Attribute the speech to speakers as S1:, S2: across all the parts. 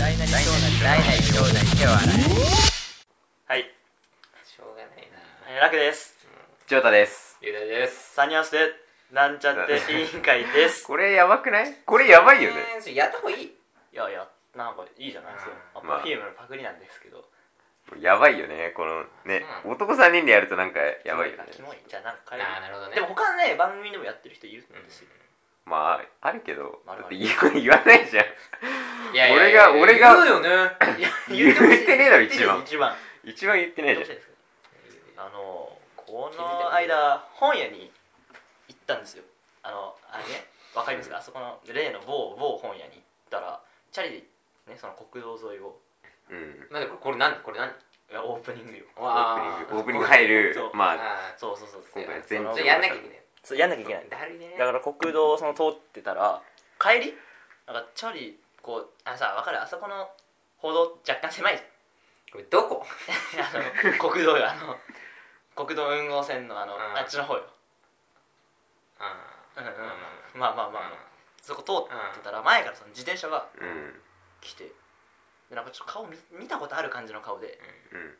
S1: 大なり小なり
S2: 大なり小なり手は洗い
S3: はい、
S1: しょうがないな
S3: えーラクです。
S2: ジョータです
S1: ゆうだです
S3: サニアスで、なんちゃって委員会です。
S2: これやばくないこれやばいよね
S1: ねやった方がいい
S3: いやいや、なんかいいじゃないですか。ま
S2: まあ
S3: あ、Perfume のパクリなんですけど。
S2: やばいよねこのね
S1: うん
S2: 男3人でやるとなんかやばいよね
S3: キモい。じゃあなんか変え
S1: あーなるほどね
S3: でも他のね、番組でもやってる人いるんですよ。
S2: まああるけど
S3: まあ
S2: だって言わ言わないじゃん
S1: いやいや
S2: 俺が俺が
S1: 言うよね
S3: いや
S2: 言ってねえだろ一番
S3: 一番。
S2: 一番言ってない
S3: どうしたん
S2: じゃん
S3: ですかあの、この間、本屋に行ったんですよ。あの、あれね、わかりますかあそこの、例の某、某本屋に行ったら、チャリで、ね、その国道沿いを、
S2: うん
S1: なんでこれこれ何これ何
S3: いやオープニングよ。
S1: オ
S2: オープニングオープニング入る
S3: そう
S2: まあ
S1: あ
S3: そうそうそうそう。
S2: 今回
S1: ー
S2: 全
S1: そ
S2: 然
S1: れやんなきゃいけない
S3: そうやんなきゃいけない
S1: だるいね
S3: だから国道をその通ってたら帰りなんかチャリこうあのさ分かるあそこの歩道若干狭い
S1: これどこ
S3: あの国道よあの国道運号線のあの、
S1: うん
S3: あっちの方よ、
S1: あ
S3: うんうん
S1: う
S3: まあまあまあ、まあ
S1: あ
S3: そこ通ってたら前からその自転車が
S2: うん
S3: 来てでなんかちょっと顔見見たことある感じの顔で
S2: うん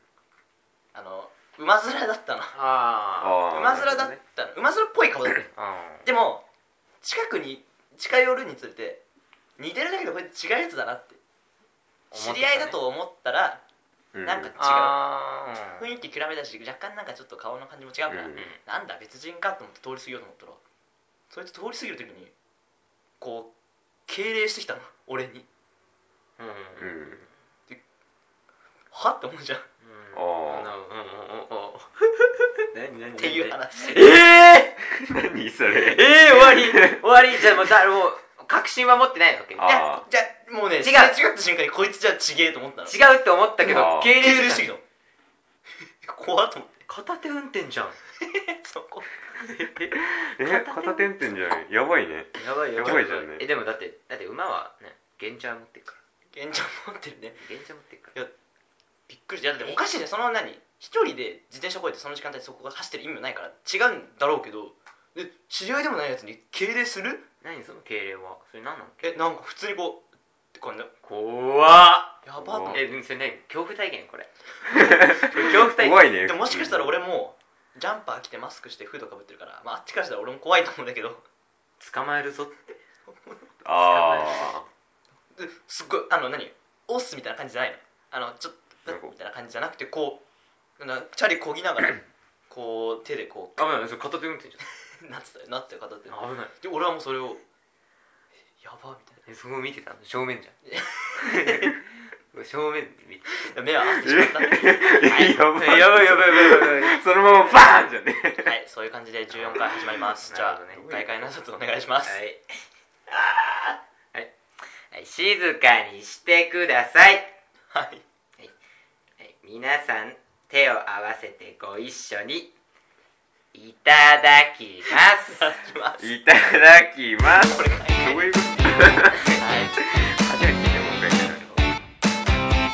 S3: あの馬面だったの
S1: あ
S2: ー
S3: 馬面だったの馬面っぽい顔だったの
S1: ああ
S3: でも近くに近寄るにつれて似てるだけでこれ違うやつだなって
S1: 思
S3: 知
S1: ってたね
S3: り合いだと思ったら
S2: うん
S3: なんか違う
S1: あ
S3: 雰囲気暗めだし若干なんかちょっと顔の感じも違うから、
S2: うん
S3: なんだ別人かと思って通り過ぎようと思ったらそいつ通り過ぎる時にこう敬礼してきたの俺に
S1: うんうん
S2: う
S1: うん
S2: ん
S3: はって思うじゃんっ
S1: うん
S2: あー
S1: あのうんうんうんうん
S2: 何何って
S3: いう話
S1: ええ
S2: 何それ
S1: ええ終わ り終わりじゃあもうだもう確信は持ってないわけ
S2: あー
S3: いやじゃあもうね
S1: 違う
S3: すれ違った瞬間にこいつじゃ違えと思ったの
S1: 違うって思ったけど
S2: あー
S1: 敬
S3: 敬
S1: 礼
S3: 礼し
S1: してて
S3: き
S1: き
S3: たの怖っと思った
S1: 片手運転じゃん
S3: てそこ
S2: え片手ってんじゃないやばいね
S1: やばい
S2: やばいやばいじゃんね
S1: えでもだってだって馬はね現茶持ってるか
S3: 現状持ってるね
S1: ら現茶持ってるか
S3: びっくりしたいやだっておかしいねその何一人で自転車越えてその時間帯そこが走ってる意味もないから違うんだろうけどで知り合いでもないやつに敬礼する
S1: ら何その敬礼はそれ何なの
S3: えなんか普通にこうってこうね
S1: 怖っ
S3: やばっ
S2: 怖
S1: えそれ何恐怖体験 これ恐怖体験
S2: 怖いね
S3: でもしかしたら俺もジャンパー着てマスクしてフードかぶってるから、まあ、あっちからしたら俺も怖いと思うんだけど
S1: 捕まえるぞって
S2: あ
S3: ですっごいあの何オスみたいな感じじゃないのあのちょっと
S2: なんか
S3: みたいな感じじゃなくてこうなんかチャリこぎながらこう手でこ
S1: 危ないそれ片手運転じ
S3: うなってたよなってる方って
S1: ゃん危ない
S3: で俺はもうそれをやばみたいな
S1: えそこ見てたの正面じゃん正面見て
S3: 目は合ってしまったね
S2: ーやばい
S1: やばいやばいやばいやばいやばい
S2: そのままバーンじゃんね
S3: はいそういう感じで14回始まり ますじゃあ
S1: なるほどね
S3: 大会の挨拶お願いします
S1: はい。はい。はい、静かにしてください。
S3: はい
S1: はい、皆さん、手を合わせてご一緒に。いただき ます。
S3: いきます
S2: いただきます
S3: これ大変
S2: どういうこと
S3: はい
S2: 初めて聞いたもん一回言ったけど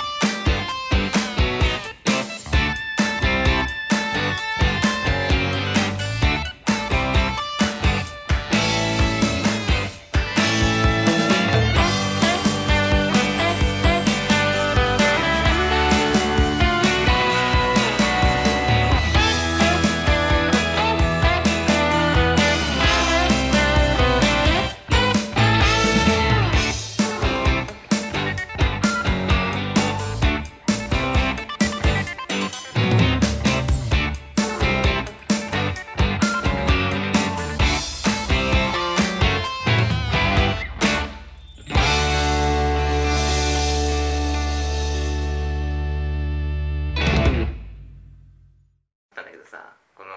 S1: なんだけどさ、この、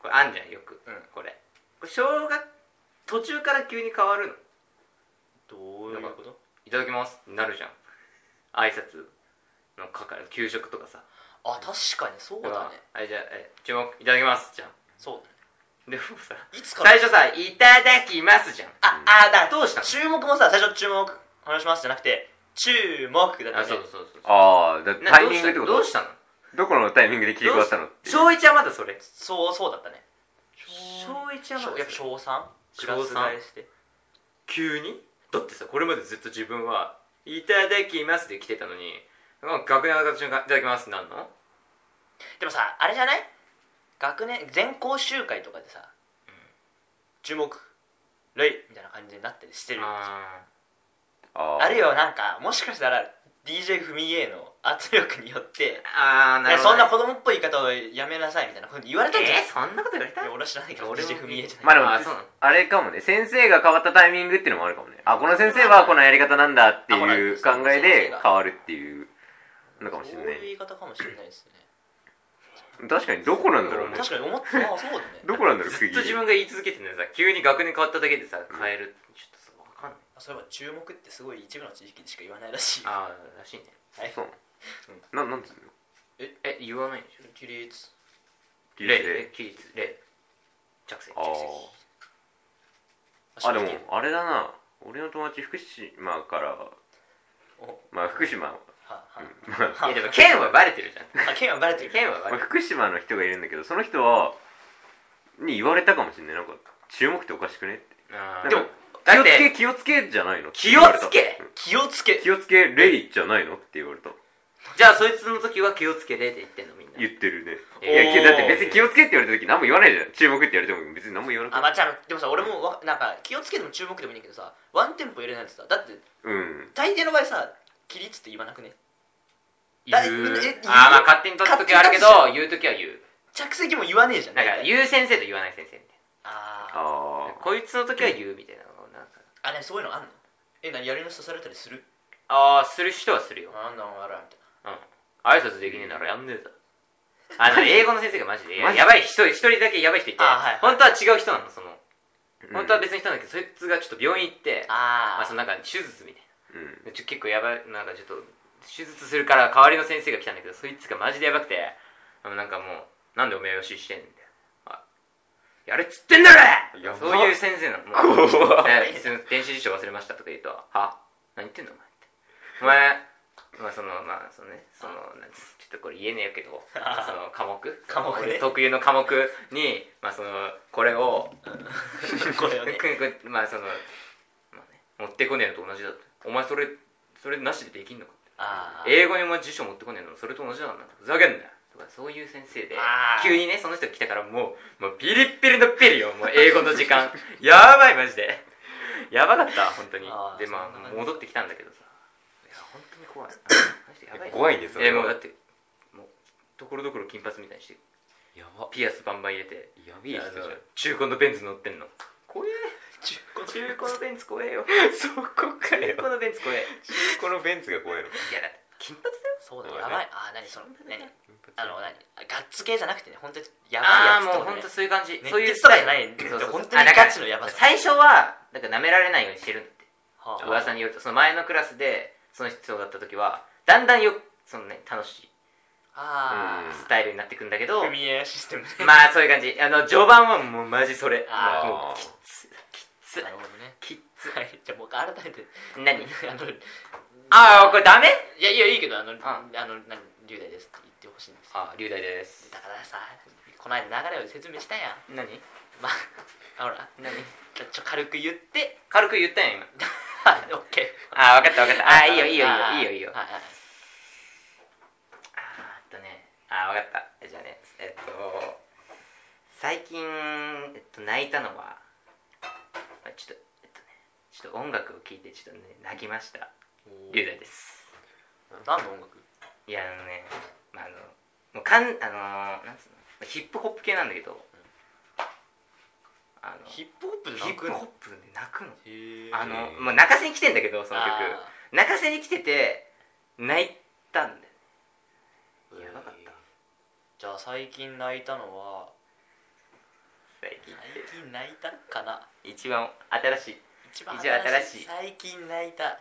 S1: これあんじゃん、よく。
S3: うん
S1: これ。これ小学、途中から急に変わるの。
S3: どういうこと
S1: いただきます。なるじゃん。挨拶のかかる、給食とかさ。
S3: あ確かにそうだね
S1: あれじゃあ、え注目、いただきます。じゃん。
S3: そうだね
S1: でもさ、
S3: いつから
S1: 最初さ、いただきますじゃん。
S3: ああだ
S1: どうしたの
S3: 注目もさ最初注目お願いしますじゃなくて注目だったね
S1: あ、そうそうそうそう。
S2: ああだって
S1: な
S2: タイミングってこと
S1: どうしたのどう
S2: どこのタイミングで切り替わったのって
S1: したの小一はまだそれ。
S3: そうそうだったね
S1: 小一はま
S3: 小
S1: だ
S3: やっぱ
S1: それ。
S3: 小 3?
S1: 小三
S3: クラス替えして
S1: 急にだってさ、これまでずっと自分はいただきますで来てたのにもう学年上がった瞬間いただきますってなんの
S3: でもさあれじゃない学年全校集会とかでさ「
S1: うん
S3: 注目レイ」みたいな感じになってしてるあ
S1: あ
S2: あ
S3: るいはなんかもしかしたら DJ ふみえの圧力によって
S1: ーあ
S3: 「
S1: ーなるほど
S3: そんな
S1: こ
S3: 子供っぽい言い方をやめなさい」みたいなこと言われ
S1: と
S3: たんじゃない,、
S1: えーそんなこと言われた
S3: いや俺は知らないけど
S1: 俺も
S3: DJ ふみえじゃない、
S2: まあでも
S1: あそうなの
S2: あれかもね先生が変わったタイミングっていうのもあるかもねあこの先生はこのやり方なんだっていう考えで変わるっていうのかもしれな
S3: そういう
S2: い
S3: 言い方かもしれないですね
S2: 確かにどこなんだろうね
S3: 確かに思ってまあそうだね
S2: どこなんだろう
S1: ず
S2: 釘
S1: っと自分が言い続けてるのにさ急に学年変わっただけでさ
S2: ん
S1: 変える、ちょっとそこわかんない
S3: そういえば注目ってすごい一部の地域でしか言わないらしいよ
S1: ああらしいね
S3: はい
S2: そうななんつうの
S1: え言わないでしょ
S3: 起立
S2: 起立
S1: 礼起立礼着席
S2: あ
S1: 着席
S2: ーあでもあれだな俺の友達福島から
S3: お
S2: まあ福島、
S3: はは
S2: うんまあ
S1: いやでも剣はバレてるじゃん
S3: あ剣はバレてる
S1: 剣はバ
S2: ま
S1: レ
S2: あ
S1: てる
S2: 福島の人がいるんだけどその人はに言われたかもしれないなんか注目っておかしくねって
S1: あ
S2: な
S1: ー
S2: ん
S1: で
S2: か
S1: もだって
S2: 気をつけ気をつけじゃないのって
S1: 気
S2: 言
S1: を
S2: われた
S1: つけ
S3: 気をつけ
S2: 気をつけレイじゃないのって言われた
S1: じゃあそいつの時は気をつけてって言ってんのみんな
S2: 言ってるね
S1: お
S2: い
S1: ー
S2: やだって別に気をつけって言われた時何も言わないじゃん注目って言われても別に何も言わなく
S3: あ
S2: て
S3: まあじゃあでもさ俺もわなんか気をつけても注目でもいいんだけどさワンテンポ入れないとさだって
S2: うん
S3: 大抵の場合さ起立って言わなくね
S1: 言
S3: だみん
S1: う
S3: なえ言う
S1: あーまあ勝手に取った時はあるけど
S3: 勝
S1: 言う時は言う
S3: 着席も言わねえじゃん
S1: なん
S3: 大
S1: か
S3: 体
S1: 言う先生と言わない先生み
S3: あ
S1: たいな
S2: あ
S1: こいつの時は言うみたいなのがなんか
S3: ーあでもそういうのあんのえ何やりの刺されたりする
S1: ああする人はするよ
S3: なんだお前らみたい
S1: 挨拶できねえならやんねえだあの英語の先生がマジで
S2: マジ
S1: やばい人一人だけやばい人いて
S3: あはいはい
S1: 本当は違う人なのその
S2: う
S1: 本
S2: ん
S1: 当は別の人なんだけどそいつがちょっと病院行って
S3: なあ
S1: まあそのなんか手術みたい
S2: うん
S1: なちょ結構やばいなんかちょっと手術するから代わりの先生が来たんだけどそいつがマジでやばくてあのなんかもうなんでお前を支持してんだよあやれっつってんだ
S2: や
S1: ろ
S2: ば
S1: そういう先生なのもう
S2: 怖
S1: え
S2: い
S1: ー電子辞書忘れましたとか言うと「は何言ってんのお前」って「お前まあそのまあそのねそのなんつちょっとこれ言えねえけどその科目
S3: 科目ね
S1: 俺特有の科目にまあそのこれを
S3: これをね
S1: まあその、まあね、持ってこねえのと同じだってお前それそれなしでできんのか
S3: あー
S1: 英語にお前辞書持ってこねえのそれと同じなんだふざけんなよとかそういう先生で
S3: あー
S1: 急にねその人が来たからもうもうピリッピリのピリよもう英語の時 間やばいマジでやばかった本当に
S3: あー
S1: で
S3: そ
S1: ま
S3: んな
S1: あ
S3: 感じ
S1: 戻ってきたんだけどさいや本当に怖いやばい
S2: 怖いねそれ
S1: えーもうだ
S2: は
S1: ってもうところどころ金髪みたいにして
S2: やば
S1: ピアスバンバン入れて
S2: やべえ人
S1: あの
S2: じゃん
S1: 中古のベンツ乗ってんの怖え
S3: 中古
S1: 中古のベンツ怖え よ
S2: そこか
S1: 中古のベンツ怖えい
S2: このベンツが怖いのか
S1: やだって金髪だよ
S3: そうだ
S2: そう
S3: ね
S2: だ
S3: や
S2: ね
S3: ばいあー何 その何あの
S2: あ
S3: 何ガッツ系じゃなくてね本当にやば
S1: あ
S3: い
S1: あ
S3: やつと
S1: ーもう
S3: かね
S1: 本当そういう感じ
S3: 熱
S1: そういう
S3: 血とかじゃない
S1: そうそうそう
S3: 本当にガチのやばさ
S1: あだから最初はだから舐められないようにしてるんだって
S3: はあ
S1: 噂によるとその前のクラスでその人だった時はだんだんよそのね楽しい
S3: あ
S2: うん
S1: スタイルになってくんだけど
S3: あ踏み絵システムね
S1: まあそういう感じあの序盤はもうマジそれ
S3: あー
S1: も
S2: あ
S1: う
S2: ー
S1: つ
S3: なるほどね
S1: きっ
S3: はいじゃあもう改めて
S1: つ何
S3: あの
S1: ああこれダメ
S3: いやいやいいけどあの、あ
S1: ん
S3: の何龍大ですって言ってほしいんです
S1: あ龍大です
S3: だからさこの間流れを説明したやん
S1: 何
S3: まああほら
S1: 何
S3: ちょちょ軽く言って
S1: 軽く言ったやん今
S3: はいオッケー
S1: ああ分かった分かったああーいいよいいよ
S3: あー
S1: いいよいいよいいよ
S3: はいはい
S1: あーっとねあー分かったじゃあねえっと最近、えっと、泣いたのはあちょっとえっとねちょっと音楽を聴いてちょっとね泣きました龍大です
S3: 何の音楽
S1: いやあのね、まあ、あのもうかんあのーなんつうのまあヒップホップ系なんだけどあの
S3: ヒッ
S1: ヒ
S3: プホップで
S1: ッ
S3: 泣く
S1: プ
S3: の
S1: ホップで泣くの
S3: へ
S1: あ
S2: へ
S1: の
S2: ー
S1: もう泣かせに来てんだけどその曲
S3: あ
S1: 泣かせに来てて泣いたんだ
S3: ー
S1: よやばかった
S3: じゃあ最近泣いたのは
S1: 最近
S3: 最近泣いたかな
S1: 一番新しい
S3: 一番
S1: 一番新しい
S3: 最近泣いた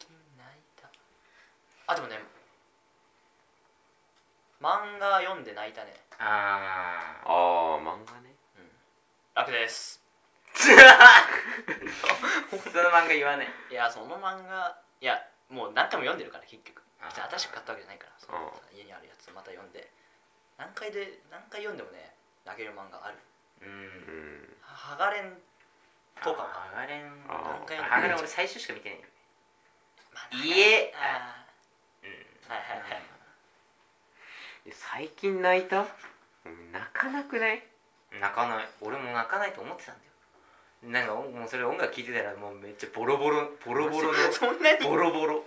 S3: 最近泣いたあでもね漫画読んで泣いたね
S1: ああ
S2: あー漫画ね
S3: 楽です
S1: その漫画言わない
S3: いやその漫画いやもう何回も読んでるから結局
S1: あー
S3: 別に新しく買ったわけじゃないからその家にあるやつまた読んで何回で何回読んでもね泣ける漫画ある
S1: う
S2: うんん
S3: ハガレンとか
S1: ハガレン
S2: あー
S1: ハガレン俺最初しか見てないよ家
S3: あ
S1: うん
S3: ーはいはいはい
S2: いや最近泣いた泣かなくない
S1: 泣かない俺も泣かないと思ってたんだよなんかおもうそれ音楽聴いてたらもうめっちゃボロボロボロボロの
S3: そんなに
S1: ボロボロ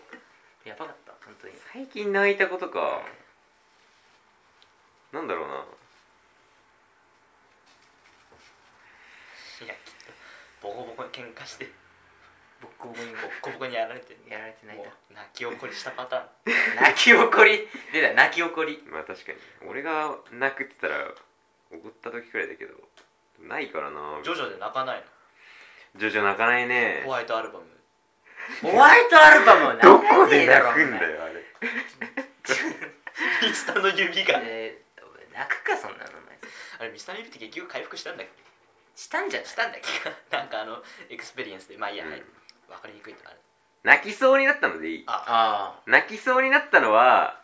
S1: やばかった本当に
S2: 最近泣いたことかなんだろうない
S3: やきっとボコボコに喧嘩して
S1: ボッコボコに
S3: ボッコボコにやられても
S1: やられて泣いう
S3: 泣き起こりしたパターン
S1: た泣き怒り出た泣き怒り
S2: まあ確かに俺が泣くって言ったら怒った時くらいだけどないから な
S3: ジョジョで泣かない
S2: ジョジョ泣かない
S3: の
S2: ね
S3: ホワイトア ルバム
S1: ホワイトアルバムは泣
S2: ど
S1: か
S2: こ
S1: ね
S2: で
S1: えだろ
S2: 泣くんだよあれ
S3: ミスタの指
S1: お
S3: が
S1: 前えーお前泣くかそんなのお前
S3: あれミスタの指って結局回復したんだっけ
S1: したんじゃない
S3: したんだっけなんかあのエクスペリエンスでまあいいや、
S2: うん
S3: はいわかりにくいとかある
S2: 泣きそうになったのでいい
S1: あ
S2: 泣きそうになったのは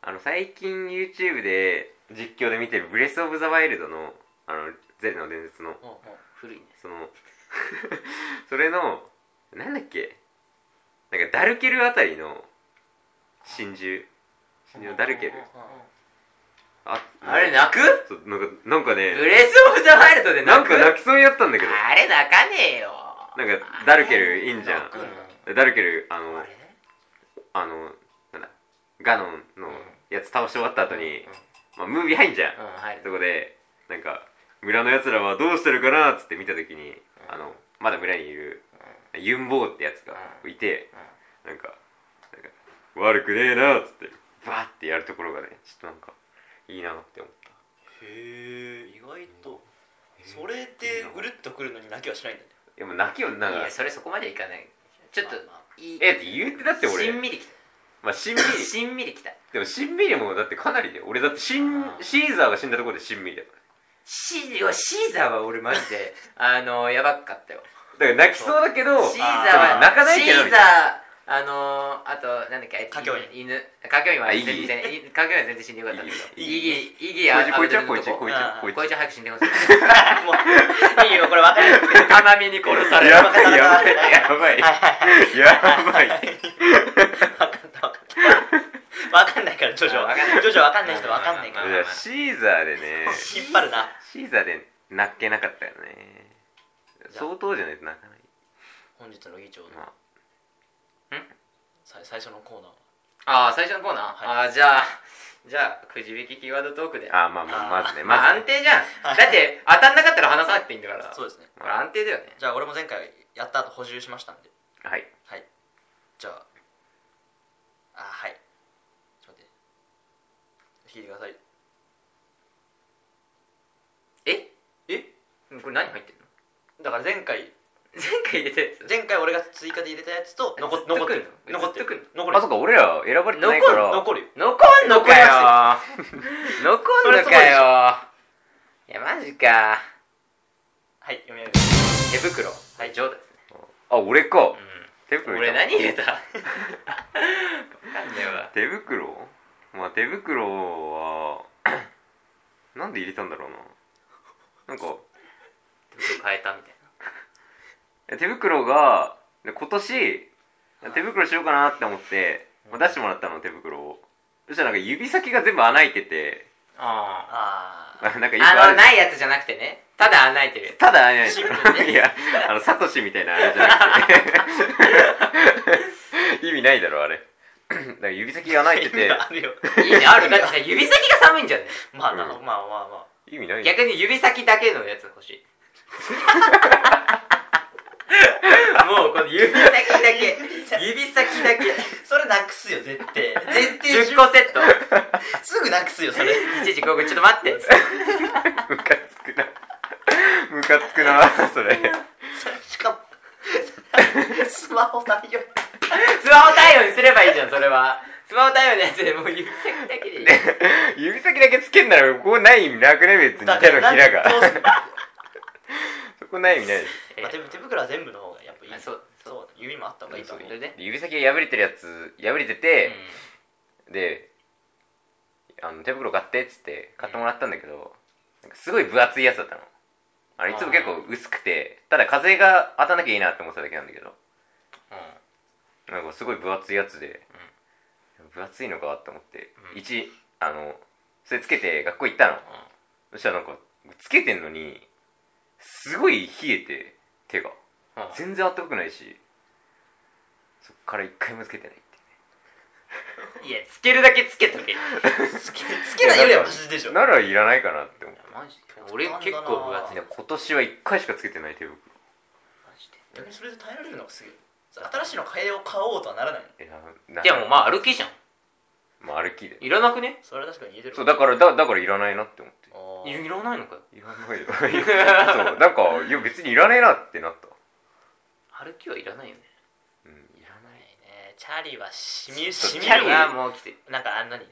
S2: あの最近 YouTube で実況で見てる「ブレス・オブ・ザ・ワイルドの」あのゼルの伝説の
S3: もうもう
S1: あ古いね
S2: その それのなんだっけなんかダルケルあたりの真珠真珠のダルケルあ
S1: あれ泣く
S2: そうなんかなんか
S1: ブ
S2: ね
S1: レス・オブ・ザ・ワイルドで
S2: な
S1: 泣
S2: ん
S1: く
S2: か泣きそうになったんだけど
S1: あれ泣かねえよ
S2: なんかダルケルいいんじゃん
S1: 泣くの
S2: ダルケルあの
S1: あれ
S2: あのなんだガノンのやつ倒して終わった後に、
S1: うん
S2: まあ、ムービー入んじゃん
S1: うん入る
S2: そこでなんか村のやつらはどうしてるかなっつって見た時に、
S1: うん
S2: あのまだ村にいるユンボーってやつがいて、なんかなんか悪くねえなっつってバーってやるところがねちょっとなんかいいなって思っ
S3: へえ意外と
S2: た
S3: それでぐるっとくるのに泣きはしないんだ ね
S2: でも泣きよなん
S1: い
S2: か
S1: やそれそこまでいかないちょっと
S3: まあま
S1: いい
S2: えって言うてだって俺
S1: しんみりき
S2: まあしん み
S1: た
S2: り
S1: しんみりきた
S2: でもしんみりもだってかなりで俺だってしん
S1: あー
S2: シーザーが死んだところでしんみりだから
S1: シーザーシーザーは俺マジであのやばかったよ
S2: だから泣きそうだけど
S1: シーザー
S2: あ
S1: は
S2: 泣かないけど
S1: シー
S2: み
S1: ザ
S2: たいな
S1: ーあのー、あとなんだっけあいつ
S3: 家境に
S1: 犬家境には
S2: あイ
S1: 全
S2: ギー
S1: 然家境には全然死んでよかったんだけど
S2: イ
S1: イ
S2: ギ
S1: ギーイギーあ
S2: こいつはこいつはこ
S1: こ
S2: い
S1: い
S2: つはこいつはこいつ
S1: つは早く死んでほしい
S3: もういいよこれ分かる
S1: 甘みに殺される
S2: やばいやばいやばいやばい
S3: 分かった分かった分かんないからジョジョ
S1: あわかんない
S3: ジョジョ分かんない人分かんないか
S1: まあまあ
S2: い
S3: ら
S1: ま
S2: や
S1: あ
S2: シーザーでね
S3: 引っ張るな
S2: シーザーで泣けなかったよね
S3: じゃあ
S2: 相当じゃないと泣かない
S3: 本日の議長の
S2: まあ
S3: さい最初のコーナーは
S1: ああ最初のコーナー、
S3: は
S1: ああじゃあじゃあくじ引きキーワードトークで
S2: あまあまあまずね
S1: まあ
S2: まず
S1: 安
S2: ね
S1: 定じゃん
S3: はい
S1: だって当たんなかったら話さなくていいんだから
S3: そうですね
S1: これ安定だよね
S3: じゃあ俺も前回やった後補充しましたんで
S2: はい
S3: じゃああはいちょっと待って引いてください
S1: え
S3: え
S1: これ何入ってるの
S3: だから前回
S1: 前回入れたやつ
S3: 前回俺が追加で入れたやつと残っ
S1: ずっと
S3: 残っ
S1: 来
S3: て
S1: る
S3: る
S1: の
S3: 残って
S1: ずっと来
S3: る
S1: る
S3: 残る
S2: あそっか俺ら選ばれてないから
S3: 残るよ
S1: 残んのかよ残んの
S3: それすごいで
S1: かよいやマジか
S3: はい読み上げ
S1: 手袋はい上手ですね、
S2: あ俺か手
S1: うん、
S2: 袋
S1: 俺
S2: いた
S1: 何入れた わかんねえわ
S2: 手袋まあ手袋は なんで入れたんだろうななんか
S1: 手袋変えたみたい
S2: え手袋がで今年手袋しようかなって思って、まあ出してもらったの手袋をそしたらなんか指先が全部穴開いてて
S1: なあ
S3: ああ
S2: なんかよく
S1: あ
S2: あ
S1: の
S2: る
S1: ないやつじゃなくてねただ穴開いてるやつ
S2: ただ穴開い
S3: シ
S2: て
S3: ンプル
S2: るいやあのサトシみたいなあれじゃ なくて 意味ないだろあれ だから指先が穴開いてて
S3: あるよ
S1: いいねあるだってさ指先が寒いんじゃね
S3: まあな、
S2: うん
S3: まあまあまあ
S2: 意味ない
S1: 逆に指先だけのやつ欲 しいもうこの指先だけ 指先だけ
S3: それなくすよ絶対絶対
S1: 10個セット
S3: すぐなくすよそれ
S1: 一時ここちょっと待って
S2: ムカつくなムカつくなそれ
S3: しかも スマホ対応
S1: スマホ対応にすればいいじゃんそれはスマホ対応のやつでもう指先だけでいい
S2: 指先だけつけんならここない意味なくね別に手のひらが
S3: だから
S2: そこない意味ないです
S1: え
S3: まあ手手袋は全部の方がやっぱいい
S1: あそう
S3: そうだ指もあった方がいいと思う
S1: それで
S2: 指先が破れてるやつ破れてて、であの手袋買ってっつって買ってもらったんだけど、なんかすごい分厚いやつだったのあれいつも結構薄くてただ風が当たんなきゃいいなって思ってただけなんだけどなんかすごい分厚いやつで、分厚いのかと思って、
S1: うん
S2: 一あのそれつけて学校行ったの
S1: うん
S2: そしたらなんかつけてんのにすごい冷えて手が
S1: うん
S2: 全然あったかくないしそっから一回もつけてないって
S1: いやつけるだけつけとけ
S3: つけつけないよりはマシでしょ
S2: ならいらないかなって思って
S1: マジで俺結構分厚い
S2: いや今年は一回しかつけてない手袋
S1: マジ
S3: 逆にそれで耐えられるのがすげえ新しいの買えよう買おうとはならないの
S2: いやな
S1: ででもまあ歩きじゃん
S2: まあ歩きで
S1: いらなくね
S3: それは確かに言えてる
S2: そうだからだだからいらないなって思って
S3: あ
S1: い
S3: ー
S1: らないのかよ
S2: いら ないよそうなんかいや別にいらないなってなった
S1: 歩きはいらないよね
S2: うんいらない
S3: ねチャリはしみ
S2: そう
S3: しみ
S1: チャ
S3: る
S1: リ
S3: わ
S1: はもうきつい
S3: なんかあんなに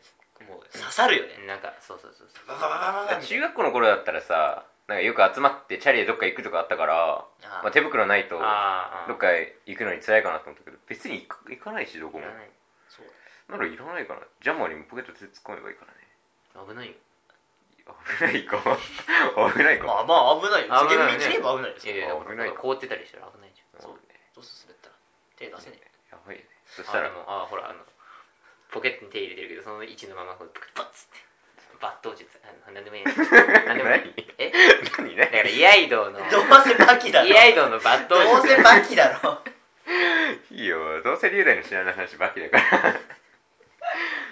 S1: もう
S3: 刺さるよね
S1: なんかそうそうそうそう
S3: ババババババみたい
S2: 中
S3: な
S2: 学校の頃だったらさなんかよく集まってチャリでどっか行くとかあったから
S3: あー
S2: まあ、手袋ないと
S1: あーあー
S2: どっか行くのに辛いかなと思ったけど別に行く行かないしどこ
S1: い
S2: も
S1: らない
S3: そうだ
S2: ならいらないかなジャンマーにもポケット手突っ込めばいいからね
S1: 危ないよ
S2: 危ないか危ないか、
S3: まあまあ危ないよ
S1: 危
S3: 危
S1: な
S3: ないい
S1: ね
S3: 危ないです
S1: いや
S3: よ
S1: いやだから
S2: 危ない
S1: 凍ってたりしたら危ないじ
S2: そうね
S3: どうする滑ったら手出せね
S2: やばいねそ
S1: ゃん
S2: したら
S1: あでもあほらあのポケットに手入れてるけどその位置のままこうバッつって抜刀術あの何でもいいやつ何でもいいえ
S2: 何
S1: だから
S2: ね
S1: 居合道の
S3: えどうせバキだろ
S1: 居合道の抜
S3: どう
S1: 刀術
S3: せバキだろ
S2: いいよどうせ龍大の知らない話ばっきだから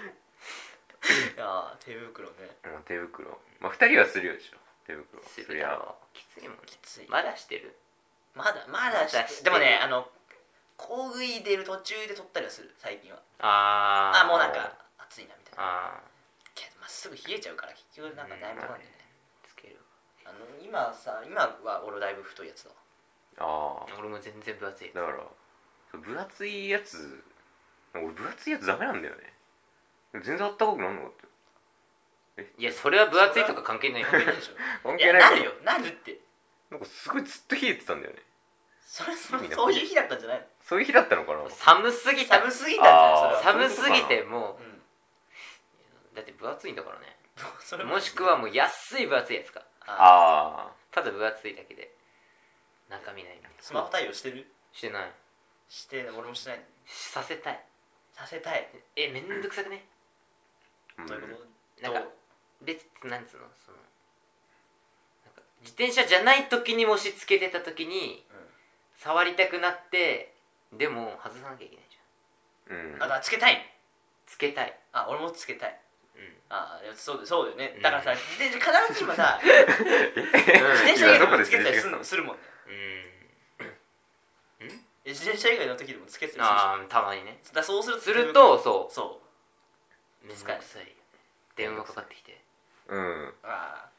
S3: いやー手袋ね
S2: もう手袋まあ2人はするよでしょ手袋
S1: す
S2: そ
S1: る
S2: り
S1: だ
S2: ゃ
S1: ろうきついもんね
S3: きつい
S1: まだしてる
S3: まだまだ
S1: まだして
S3: でもねあの大食い出る途中で取ったりはする最近は
S1: あ
S3: あ
S1: ー
S3: もうなんか暑いなみたいな
S1: あ
S3: けどまっすぐ冷えちゃうから結局なんか悩みとかなんだよね
S1: ーつける
S3: あの今さ今は俺だいぶ太いやつだわ
S2: ああ
S1: 俺も全然分厚い
S2: だからそう分厚いやつ俺分厚いやつダメなんだよね全然あったかくなんなかったよ
S1: いやそれは分厚いとか関係ない よ
S3: 関係ないでしょ
S2: 関
S3: い
S2: 係
S3: や
S2: ない
S3: な
S2: か
S3: る
S2: ら
S3: よなるって
S2: なんかすごいずっと冷えてたんだよね
S3: それそ
S2: い
S3: れ
S2: いな
S3: そういう日だったんじゃないの
S2: そういう日だったのかな
S1: 寒すぎた
S3: 寒すぎたんじゃないそれは
S2: あー
S1: 寒すぎても
S3: うん
S1: うだって分厚いんだからね
S3: それ
S1: もしくはもう安い分厚いやつか
S3: あ
S2: あ
S1: ただ分厚いだけで中身ないね
S3: スマホ対応してる
S1: してない
S3: して俺もしてない
S1: させたい
S3: させたい
S1: えめんどくさくね
S2: あ、うん
S3: どういうこと
S1: なん
S3: ど
S1: か
S3: う
S1: でなんつうのそのなんか自転車じゃない時にも押し付けてた時に
S3: うん
S1: 触りたくなってでも外さなきゃいけないじゃん
S2: うん
S3: あだからつけたい
S1: つけたい
S3: あ俺もつけたい
S1: うん
S3: あいやそうだそうだよね
S1: うん
S3: だからさ自転車必ず今さ自
S2: 自
S3: 転車以
S2: ど
S3: 外
S2: こ
S3: で
S2: で
S3: もつけたりする
S2: 自転車買っ
S3: のするもんね
S1: うんん
S3: え自転車以外の時でもつけてたりする
S1: ああたまにね
S3: しだからそうする
S1: するとそ
S3: そう
S1: うめんどくさいよね電話かかってきて
S2: たうん
S3: あー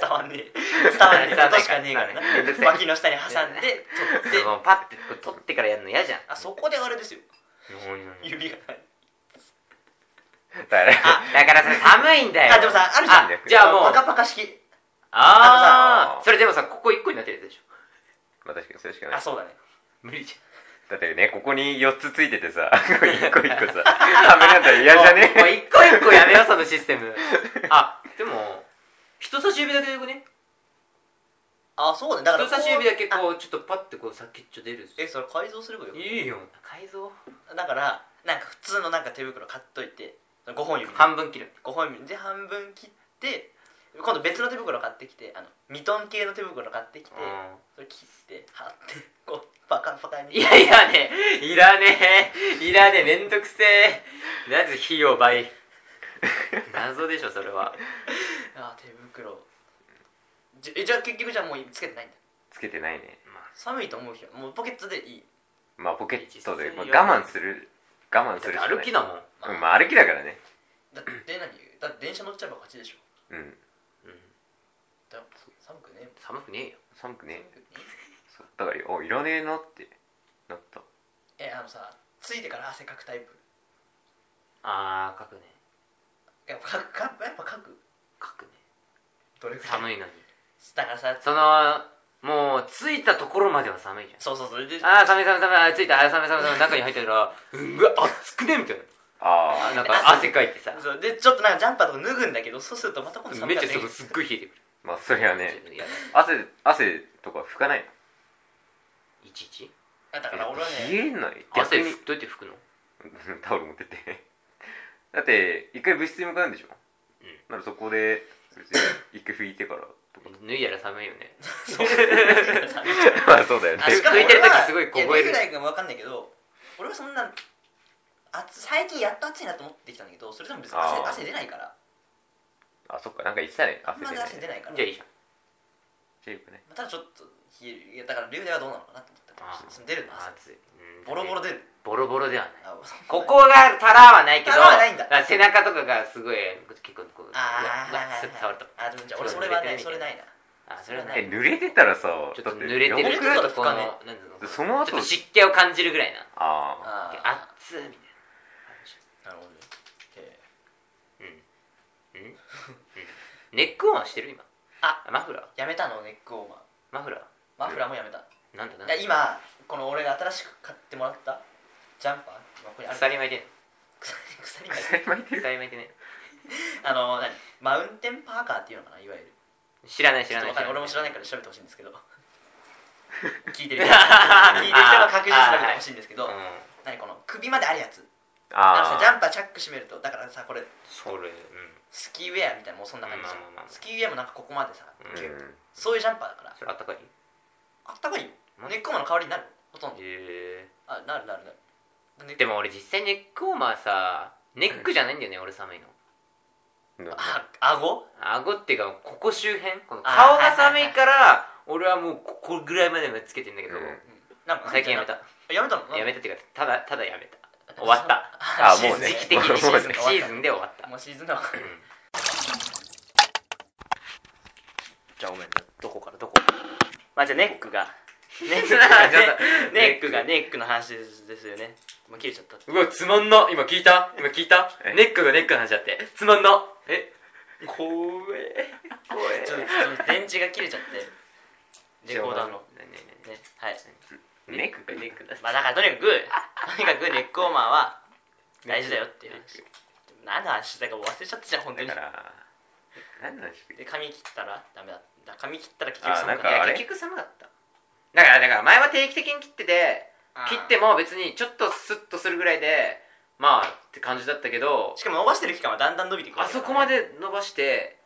S3: 伝わんねえ伝わんねえことしかねえからな
S1: 伝わんねえ
S3: 脇の下に挟んで取
S1: で
S3: って
S1: もパッてこう取ってからやるの嫌じゃん
S3: あそこであれですよ
S1: うん
S3: 指がない
S2: だから
S1: あだからさ寒いんだよ
S3: あでもさあるじゃん
S1: じゃあもう
S3: パカパカ式
S1: あ
S2: あ
S1: あ
S2: のさ
S1: それでもさここ一個になってるやつでしょ
S2: まあ確かにそれしかない
S3: あそうだね
S1: 無理じ
S2: だってねここに4つついててさ 一個一個さはめなんだら嫌じゃね
S1: ゃんもう一個一個やめようそのシステ ムあでも人差し指だけでよくね
S3: あそうだねだから
S1: 人差し指だけこうちょっとパッてこう先っちょ出る
S3: えそれ改造すればよ
S1: いいよ改造
S3: だからなんか普通のなんか手袋買っといて5本指
S1: 半分切る
S3: 5本指で半分切って今度別の手袋買ってきてあのミトン系の手袋買ってきてそれ切って貼ってこうパカパカに
S1: いやいやねいらねえいらねえめんどくせえなぜ費用倍謎でしょそれ は
S3: あー手袋じゃえじゃあ結局じゃあもうつけてないんだ
S2: つけてないね
S3: 寒いと思う日はもうポケットでいい
S2: まあポケットで、まあ、我慢する我慢するしかない
S1: 歩きだもん
S2: うんまあ歩きだからね
S3: だって 何だって電車乗っちゃえば勝ちでしょ
S2: うん
S1: うん
S3: だよ寒くね
S1: 寒くねえよ
S2: 寒く
S3: えもん
S2: ね
S3: 寒くね
S2: そうだからおいらねえなってなった
S3: えあのさついてから汗かくタイプ
S1: ああ書くね
S3: やっぱかくかやっぱかく
S1: 書くね
S3: どれくらい
S1: 寒いのに
S3: だからさ
S1: そのもう着いたところまでは寒いじゃん
S3: そうそうそれで
S1: ああ寒い寒い寒いあー着いたあー寒い寒い寒い中に入ってたらうんうわ暑くねみたいな
S2: あ
S1: あ
S2: あ
S1: なんか汗かいてさ
S3: そうでちょっとなんかジャンパーとか脱ぐんだけどそうするとまた今度
S1: め
S3: 寒
S1: っ
S3: か
S1: ち
S3: った
S1: ゃすごいすっごい冷えてくる
S2: まあそりゃね
S1: いや
S2: 汗汗とか拭かない
S1: いちいち
S3: だから俺は
S2: 冷
S3: ね
S2: えない逆
S1: 汗
S2: に
S1: 拭っといて拭くの
S2: タオル持ってってだって一回部室に向かうんでしょ、
S1: うん
S2: ならそこで別に一回拭いてからとか
S1: 脱いだら寒いよね
S3: そう
S2: まあそうだよね
S3: あしかも
S1: 拭いてる
S3: 俺は
S1: 時すごい凍える
S3: やどれぐらいか分かんないけど俺はそんな暑最近やっと暑いなと思ってきたんだけどそれでも別に汗
S2: あー
S3: 汗出ないから
S2: あそっかなんか言ってたね
S3: あん
S2: 汗
S3: まり
S2: 出ない
S3: 汗出ないから
S1: じゃあいいじゃん
S2: シェイプね
S3: まあただちょっと冷えるいやだから龍大はどうなのかなと思って
S1: あー
S3: その出るの汗
S1: 暑いうん
S3: ボロボロ出る
S1: ボロボロでは
S3: あ
S1: ないここがたらはないけど
S3: たらはないんだ
S1: あ背中とかがすごい結構こう
S3: あ
S1: うわうわスッと触ると
S3: あでもじゃあ俺それはね
S1: ち
S3: そ
S1: ょっと濡れてるみたいな
S3: れないな
S1: あそれはな
S2: え
S1: い
S2: 濡れてたらさ
S1: ちょっ
S2: だ
S1: と
S2: って
S1: 濡れて
S2: よ
S1: る
S2: く
S3: 濡れて
S1: と
S3: ると
S1: こ
S3: この
S1: のなんていう
S2: で
S1: の
S2: その後
S1: ちょっと湿気を感じるぐらいな
S2: ああ
S3: ああ
S1: 熱っみた
S3: な
S1: い
S3: るほどねで
S1: なうんうんネックオンはしてる今
S3: あ
S1: マフラー
S3: やめたのネックウォーマー
S1: マフラ
S3: マフラーもやめた
S1: ーなんだなん
S3: いや
S1: だ
S3: 今この俺が新しく買ってもらったジャンパー今ここにある
S1: 鎖巻いてんの
S3: 鎖が
S2: 鎖巻いてる
S1: 鎖巻いてね
S3: あの何マウンテンパーカーっていうのかないわゆる
S1: 知らない知
S3: ちょっ
S1: ら
S3: と
S1: ない
S3: わかんない俺も知らない
S1: い
S3: から調べてほしいんですけ ど聞いてる人は聞いてる人は確実に調べてほしいんですけ
S1: う
S3: ど
S1: ん
S3: 何この首まであるやつあの
S2: あ
S3: さ
S2: あ
S3: ジャンパーチャック閉めるとだからさこれ
S1: それうん
S3: スキーウェアみたいなもうそんな感じじゃん
S1: まあまあまあまあ
S3: スキーウェアもなんかここまでさ
S1: うん
S2: うん
S3: そういうジャンパーだから
S1: それあったかい
S3: あったかいよ
S1: マジ
S3: ネックウォーマーの代わりになるほとんど
S1: へ
S3: あなるなるなるネッ
S1: え
S3: ク
S1: でも俺実際ネックウォーマーさネックじゃないんだよね俺寒いの
S2: な
S3: あ顎
S1: 顎っていうかここ周辺この
S3: あー
S1: 顔が寒いから俺はもうここぐらいまでまでつけてんだけど、
S2: うん
S3: なんか
S1: 最近やめた
S3: やめたの
S1: やめたっていうかただただやめた終わ った
S2: あもうね
S3: 時
S1: 時期
S3: 期
S1: 的
S3: 的
S1: に
S3: に
S1: シ
S3: シ
S1: ー
S3: ーズン
S1: ズンシ
S3: が終
S1: ー
S3: わ
S1: ズ
S3: っ
S1: ンで終わった
S3: たもうシーズンだわ
S1: うん
S3: じゃあごめんどこからどこまあじゃあネックが ネック
S1: が
S3: が
S1: ね
S3: ネックがネックの話ですよねもう切れちゃった
S1: うわつまんな今聞いた今聞いた
S2: え
S1: ネックがネックの話だってつまんなえ怖え怖え
S3: ちょっとちょっと電池が切れちゃってレコーダーの
S1: ねねね
S3: ねはい
S2: ネックか
S1: ネックだ
S3: まあだからとにかくとにかくネックウォーマーは大事だよっていう話
S1: ネ
S3: 何の話してたかも忘れちゃったじゃん本当
S2: だ
S3: に
S2: から何なんして
S3: で髪切ったらダメだだ髪切ったら結
S2: あ
S3: 局寒
S2: なん
S1: い
S2: か
S1: や
S2: あれ
S1: 結局寒かっただからだから前は定期的に切ってて切って
S3: も
S1: も別にちょっとスッとするぐらいでまあって感じだったけど
S3: しかも伸ばしてる期間はだんだん伸びてくる
S1: あ
S3: わけ
S1: そ
S3: だか
S1: こ
S3: らね
S1: まで伸ばして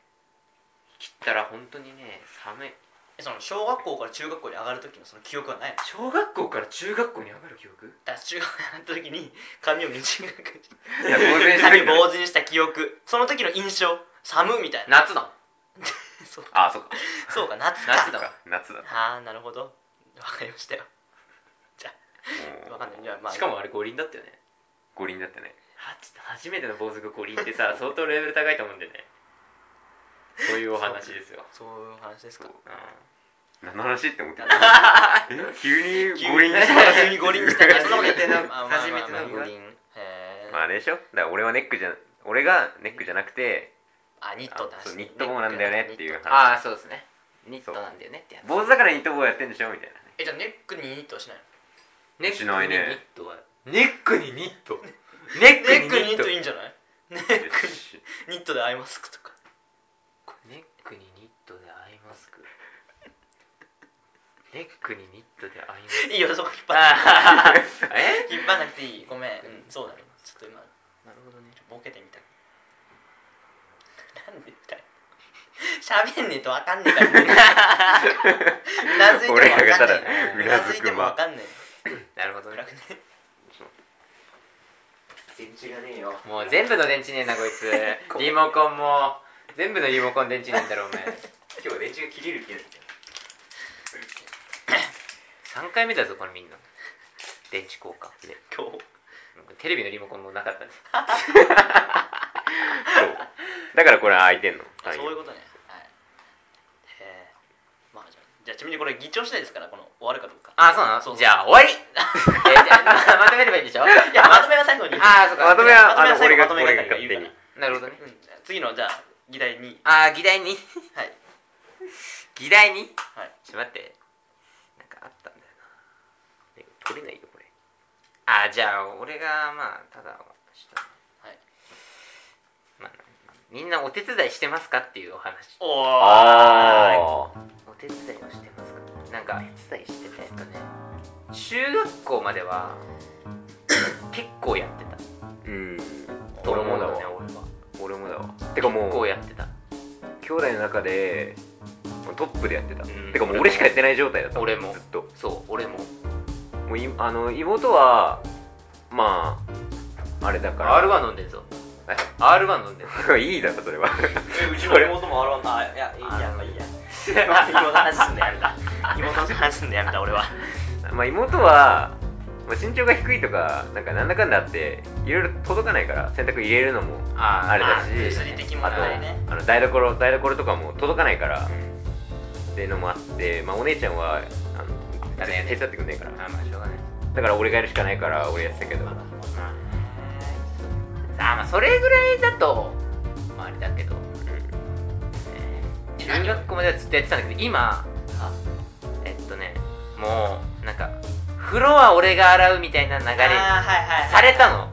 S1: 切ったら本当にね寒い
S3: その小学校から中学校に上がる時のその記憶はないのだ
S1: 小学校から中学校に上がる記憶
S3: から中学校に上がった時に髪を短くし
S2: いやゴールデン
S3: て
S2: ウィーク
S3: 髪坊主にした記憶その時の印象寒みたいな
S1: 夏だ
S3: そう
S2: あそっか
S3: そうか夏か
S1: 夏だわ
S2: か夏だも
S3: ああなるほどわかりましたよ
S2: う
S3: わかんないじゃあまあ
S1: しかもあれ五輪だったよね
S2: 五輪だったね
S1: はちょっと初めての坊主が五輪って さ相当レベル高いと思うんだよねそういうお話ですよ、
S3: そういう話ですか
S1: う
S2: 何の話って思ってたえ急に五輪に
S3: 急に五輪にした
S1: ん、
S3: ら
S1: 初
S3: そんなこと言っ
S1: め
S3: て
S1: て
S3: んの
S1: の
S3: まあまあまあ
S1: 初めての五輪
S3: へえ、
S2: まああれでしょだから俺はネックじゃ俺がネックじゃなくて
S3: あニットって話
S2: あそうニット帽なんだよねっていう話
S1: ああそうですねニットなんだよねってやつ
S2: 坊主だからニット帽やってんでしょみたいなね
S3: えじゃあネックにニットはしないの
S1: ネック
S2: しない
S1: にニ
S2: ね
S1: ットはネックにニットネック
S3: ネ
S1: に
S3: ックに
S1: ニ
S3: ニ
S1: ッ
S3: ッ
S1: ト
S3: トいいんじゃないネック
S2: よ
S3: に
S2: し
S3: ニットでアイマスクとか
S1: ネックにニットでアイマスクネックにニットでアイマス ク
S3: いいよそこ引っ張って
S1: あーえ
S3: 引っ張らなくていいごめん、うん、そうだねちょっと今
S1: なるほどね
S3: ボケてみたなんでだよ喋んねえとわかんねえからうなずいてもわ
S2: 俺
S3: かんね
S2: らがただ
S3: え
S2: う
S3: う
S2: な
S3: な
S2: ず
S3: ず
S2: く
S3: いて
S2: ま
S3: もわかんね
S1: なるほど
S3: え
S1: ね
S3: 暗くね電池がねえよ
S1: もう全部の電池ねえなこいつリモコンも全部のリモコン電池ねえんだろお前
S2: 今日電池が切れる気がす
S1: 3回目だぞこれみんな電池交換で
S3: 今日
S1: テレビのリモコンもなかったです
S2: そうだからこれ開いてんの
S3: あそういう
S2: こ
S3: ことねはいへえまあじゃあじゃあちなみにこれ議長次第ですからこの終わるかどうか
S1: あそうなの
S3: そうそう
S1: じゃあ終わりえじゃあままとめればいいんでしょ
S3: い やまとめは最後に
S1: あーそう
S2: とまとめはあの
S3: 最後
S2: 俺が
S3: まとめ
S2: 俺が
S3: 係が
S2: 勝
S3: 言う
S2: 手
S3: から
S2: に
S1: なるほどね
S3: うん、次のじゃあ議題に
S1: ああ議題に
S3: はい
S1: 議題に
S3: はい
S1: ちょっと待ってなんかあったんだよなえ取れないよこれああじゃあ俺がまあただちょっと
S3: はい
S1: まあみんなお手伝いしてますかっていうお話
S3: お
S2: ああ
S1: お手伝いをしてますかなんか手伝いしててえっとね中学校までは結構やってた
S2: うん
S1: と
S2: 俺
S1: 思
S2: も
S1: う
S2: だ
S1: よ
S2: わ
S1: ね俺は
S2: 俺もだわてかも
S1: 結
S2: う
S1: 構やってた
S2: 兄弟の中でトップでやってた、
S1: うん
S2: てかもう俺しかやってない状態だった
S1: 俺も
S2: ずっと
S1: そう俺も
S2: もういあの妹はまああれだから
S1: R1 飲んでんぞ
S2: え
S1: R1 飲んでんぞ
S2: いい だろそれは
S3: えうちの妹も R1 あいやいいやまあいい や妹の話すんのやめた妹の話すんのやめた俺は
S2: まあ妹は、まあ、身長が低いとかなんかなんだかんだあっていろいろ届かないから洗濯入れるのも
S1: あー
S2: あれだ
S1: まあ
S2: し
S1: 物理的問
S2: あと
S1: 題ね
S2: あの台所台所とかも届かないから、っていうのもあって、まあ、お姉ちゃんはあの
S1: だね
S2: 手伝ってくんないから
S1: あまあしょうがない
S2: だから俺がやるしかないから俺やってたけど
S1: まあねあまあそれぐらいだとまああれだけど中学校まではずっとやってたんだけど今
S3: あ
S1: えっとねもうなんか風呂は俺が洗うみたいな流れ
S3: あ
S1: に
S3: ーはいはいはい
S1: され たの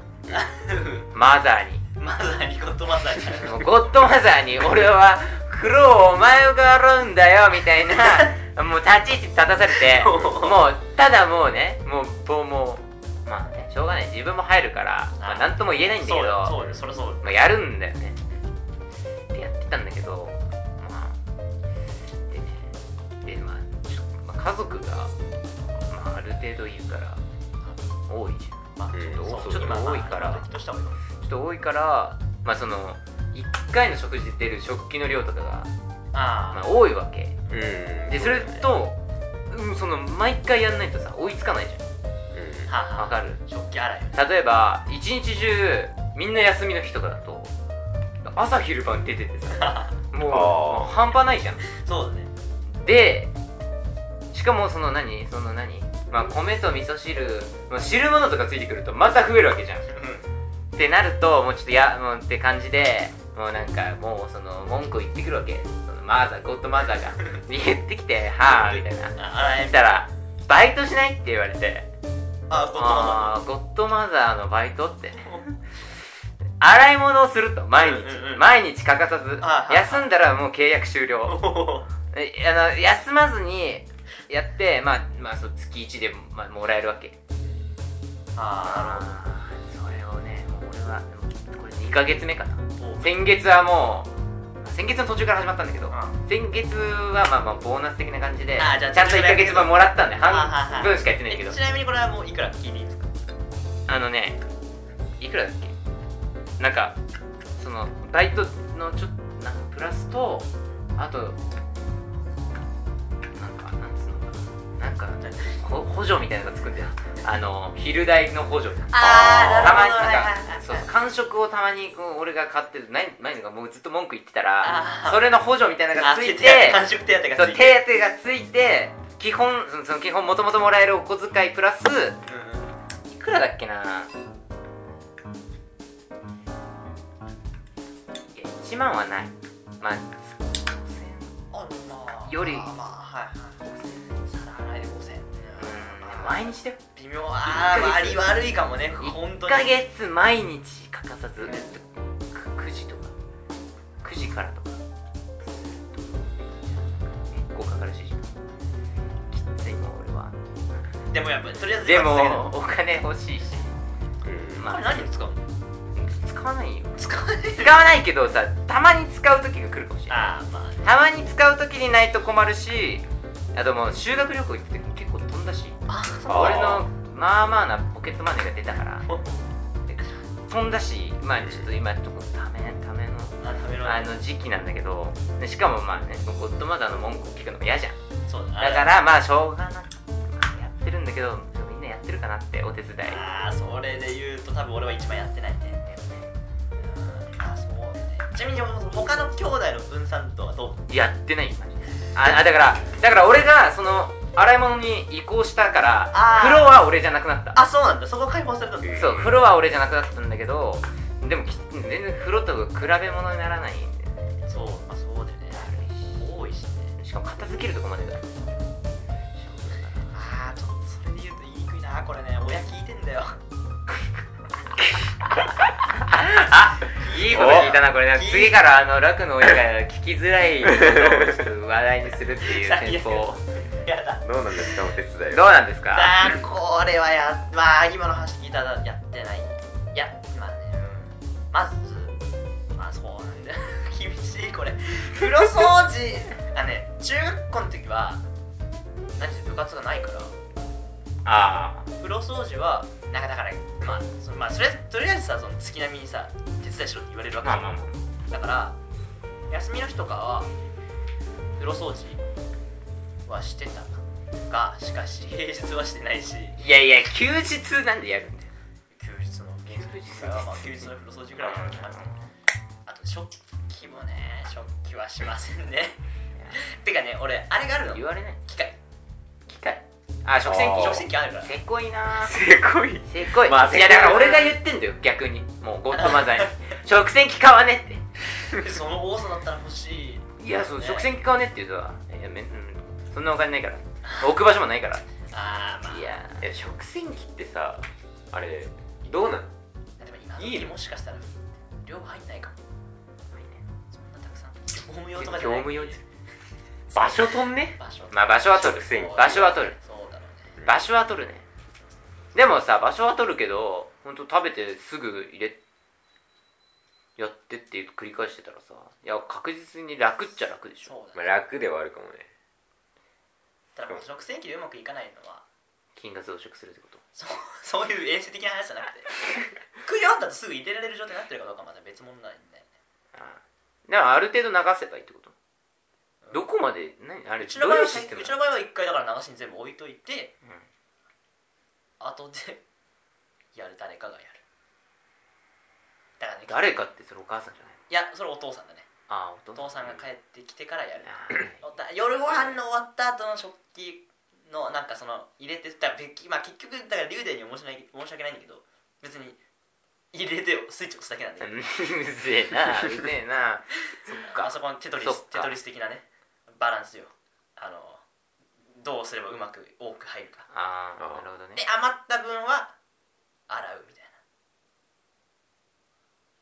S1: マザーに
S3: マザーにゴッドマザーじゃない
S1: もうゴッドマザーに俺は風呂をお前が洗うんだよみたい なもう立ち位置立たされて
S3: おう
S1: もうただもうねもうもうもうまあねしょうがない自分も入るからまあ、なんとも言えないんだけど
S3: そうよそうよそりゃそうよ
S1: まあ、やるんだよねでやってたんだけどまあでねで、まあ、ちょっとまあ家族が、まあ、ある程度いるから多いじゃん
S3: まあ
S2: うん
S3: ちょっと
S2: そう
S3: ちょっとまあ
S1: まあ多いから
S3: まあ適当した方がいいよ
S1: ちょっと多いからまあその1回の食事で出る食器の量とかが、ま
S3: あ
S1: あ、多いわけ
S2: うん
S1: でそれと、うん、その毎回やんないとさ追いつかないじ
S2: うん
S3: あは
S1: ゃん
S3: あ
S1: わ
S3: はあ
S1: かる
S3: 食器洗いよ ね
S1: 例えば一日中みんな休みの日とかだと朝昼晩出ててさもう
S2: あー
S1: もう半端ないじゃん
S3: そうだね
S1: でしかもその何その何まあ米と味噌汁まあ汁物とかついてくるとまた増えるわけじゃんってなるともうちょっとやもうって感じでもうなんかもうその文句を言ってくるわけそのマザーゴッドマザ ーが言ってきて「はあ」みたいな
S3: あ洗い
S1: したら「バイトしない?」って言われて
S3: あ
S1: 「
S3: ゴッドマ
S1: ああゴッドマザーのバイト?」って洗い物をすると毎日、
S3: うんうんうん
S1: 毎日欠かさず
S3: あはいはい
S1: 休んだらもう契約
S3: ザー
S1: 終了
S3: おー
S1: えあの休まずにやって、まあまあ、そう月1で、まあ、もらえるわけ
S3: あ
S1: それをねもう俺はでもこれ2ヶ月目かな
S3: あなるほど
S1: 先月はもう先月の途中から始まったんだけど、
S3: うん
S1: 先月はまあまあボーナス的な感じで
S3: あーじゃあ
S1: ちゃんと1ヶ月分もらったんで
S3: あーはいは
S1: 半
S3: い
S1: 分しかやってないけど
S3: ちなみにこれはもういくら聞いていいですか
S1: あのねいくらだっけなんかそのバイトのちょっとなんかプラスとあとなんかなんつうのかななんかほ補助みたいなのがつくんだよあの昼代の補助
S2: あー
S1: たまに
S3: な
S1: なん
S3: る
S1: か
S3: ほど
S1: そう感触をたまにこう俺が買ってるないないのがもうずっと文句言ってたら
S3: あー
S1: それの補助みたいなのが
S3: あ
S1: つ
S3: つ
S1: い
S3: い
S1: て
S3: て完食手当
S1: そ
S3: が
S1: う
S3: つ
S1: 手
S3: いて
S1: 当がついて基本そのその基本もともともらえるお小遣いプラス
S3: うん
S1: いくらだっけないや1万はないまあ
S3: あまあ
S1: より
S3: まあまあはいはい皿洗いで5000
S1: うん
S3: まあ
S1: 毎日だよ
S3: 微妙ああ
S1: 一ヶ
S3: 割
S1: 月
S3: り悪いかもね本
S1: 1
S3: 当に
S1: ヶ月毎日欠かさず9時とか9時からとか結構かかるし時間きついもん俺は
S3: でもやっぱりとりあえず
S1: で
S3: 今続けて
S1: もお金欲しいし
S2: うん
S1: ま
S3: これ何に使うの
S1: 使わないよ
S3: 使わない
S1: 使わないけどさたまに使う時が来るかもしれない
S3: ああまあね
S1: たまに使う時にないと困るしあともう修学旅行行った時に結構飛んだし
S3: あそう
S2: あー
S1: 俺のまあまあなポケットマネーが出たから飛んだしまあちょっと今ちょっとためための
S3: あ食べろ
S1: あの時期なんだけどでしかもまあねゴッドマザーの文句を聞くのも嫌じゃん
S3: そうだ
S1: だからまあしょうがなく、まあやってるんだけどでもみんなやってるかなってお手伝い
S3: ああそれで言うと多分俺は一番やってないねうんあそうねちなみに他の兄弟の分散度はどう
S1: やってないよマジでああだからだから俺がその洗い物に移行したから
S3: あー
S1: 風呂は俺じゃなくなった
S3: あそうなんだそこ解放されたんだ
S1: そう風呂は俺じゃなくなったんだけどでもき全然風呂と比べ物にならないんだよね
S3: そうまあそうだよね多いしね
S1: しかも片付けるとこまでが
S3: ああちょっとそれで言うと言いにくいなこれね親聞いてんだよ
S1: あいいこと聞いたなこれな
S3: お
S1: 次 からあの楽の親が聞きづらいことをちょっと話題にするっていう戦法
S3: やだ
S2: どうなんですかお手伝い
S1: どう
S2: は
S1: なんですか
S3: あーこれはやまあ今の話聞いたらやってないいやまあね、うん、まずまあそうなんだ厳しいこれ風呂掃除あね中学校の時は何せ部活がないから
S1: あ
S3: 風呂掃除はなんかだからまあそ,、まあ、それとりあえずさその月並みにさ手伝いしろって言われる
S1: あ
S3: わけ
S1: ま
S3: じゃ
S1: あ
S3: ん
S1: まあま
S3: だから休みの日とかは風呂掃除はしてたがしかし平日はしてないし
S1: あいやいや休日なんでやるんだよ
S3: 休日の休日はまあ休日の風呂掃除ぐらいやってますあと食器もね食器はしませんねてかね俺あれがあるの
S1: 言われない
S3: 機械
S1: 機械あ食洗機
S3: 食 洗機あるから
S1: せっこいな
S2: せこい
S1: せっこい、
S2: まあ
S1: いやだから俺が言ってんだよ逆にもうゴッドマザーに 食洗機買わねって
S3: その多さだったら欲しい
S1: いや、そう、
S3: ね
S1: 食洗機買わねって言うとさ、いや、めうん、そんなお金ないから、置く場所もないから。い
S3: あーまあ
S1: や、
S2: え食洗機ってさあれどうなの
S3: でも今の
S2: いい
S3: 時
S2: の
S3: もしかしたら量入んないかもそんなたくさん業務用と
S1: 業
S3: かじゃない
S1: 務用に
S2: 場所とんね
S3: 場所
S1: まあ、場所は取る
S2: 食洗。機
S1: 場所は取る。
S3: そうだろうね
S1: 場所は取るね。でもさ、場所は取るけど、ほんと食べてすぐ入れ、やってっていう繰り返してたらさ、いや、確実に楽っちゃ楽でし
S3: そ
S1: ょ。
S3: うだ
S2: まあ
S3: ね
S2: 楽ではあるかもね
S3: ただもう食洗機でうまくいかないのは
S1: 菌が増殖するってこと。
S3: そう そういう衛生的な話じゃな くて食い終わったとすぐ入れられる状態になってるかどうかはまた別問題で
S1: ああだから、ある程度流せばいいってこと。どこまで、何あれ、
S3: うちの場合
S1: ど
S3: はう
S1: ういうシステム
S3: ちの場合は一回だから流しに全部置いといて、
S1: うん
S3: 後でやる誰かがやるだからね
S1: 誰かってそれお母さんじゃない
S3: いやそれお父さんだね
S1: ああ、お
S3: お父
S1: 父
S3: さんが帰ってきてからやる
S1: あー
S3: おた夜ご飯の終わった後の食器のなんかその入れてだからべまあ、結局だから龍電には申し訳ない申し訳ないんだけど別に入れてよスイッチ押すだけなんで
S1: うるせえ な、うるせえな。そっ
S3: あ
S1: か。
S3: そこのテトリ
S1: そ
S3: ス
S1: っか
S3: テトリス的なねバランスよあのどうすればうまく多く入るか
S1: あ
S2: あ
S1: あ、
S2: ー
S1: なるほどね
S3: で。余った分は洗うみたい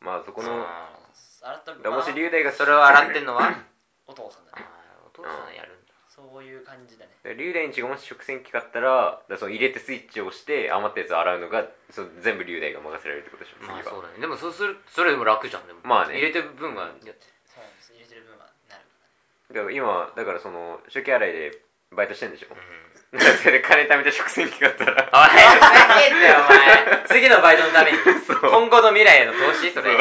S2: まあそこ
S1: そ
S2: の
S1: あ
S3: な洗った分
S2: だ
S3: は
S2: もし龍大が
S1: それを洗ってんのは
S3: お父さんだ
S1: あ
S3: ね
S1: ーお父さんがやるんだ。
S3: そういう感じだね
S2: 龍大んちがもし食洗機買ったらだからその入れてスイッチを押して余ったやつを洗うのがその全部龍大が任せられるってことでしょ次
S1: まあ
S2: は、
S1: そうだね。でもそうする、それでも楽じゃん。でも
S2: まあね
S1: 入れてる分が、いや
S3: そうなんです入れてる分はなる
S2: だから今だからその食器洗いでバイトしてん でしょ
S1: うん。
S2: だからそれで金貯めて食洗機買ったら
S1: おい、ふざけんなよ、お前。次のバイトのため に。今後の未来への投資それ。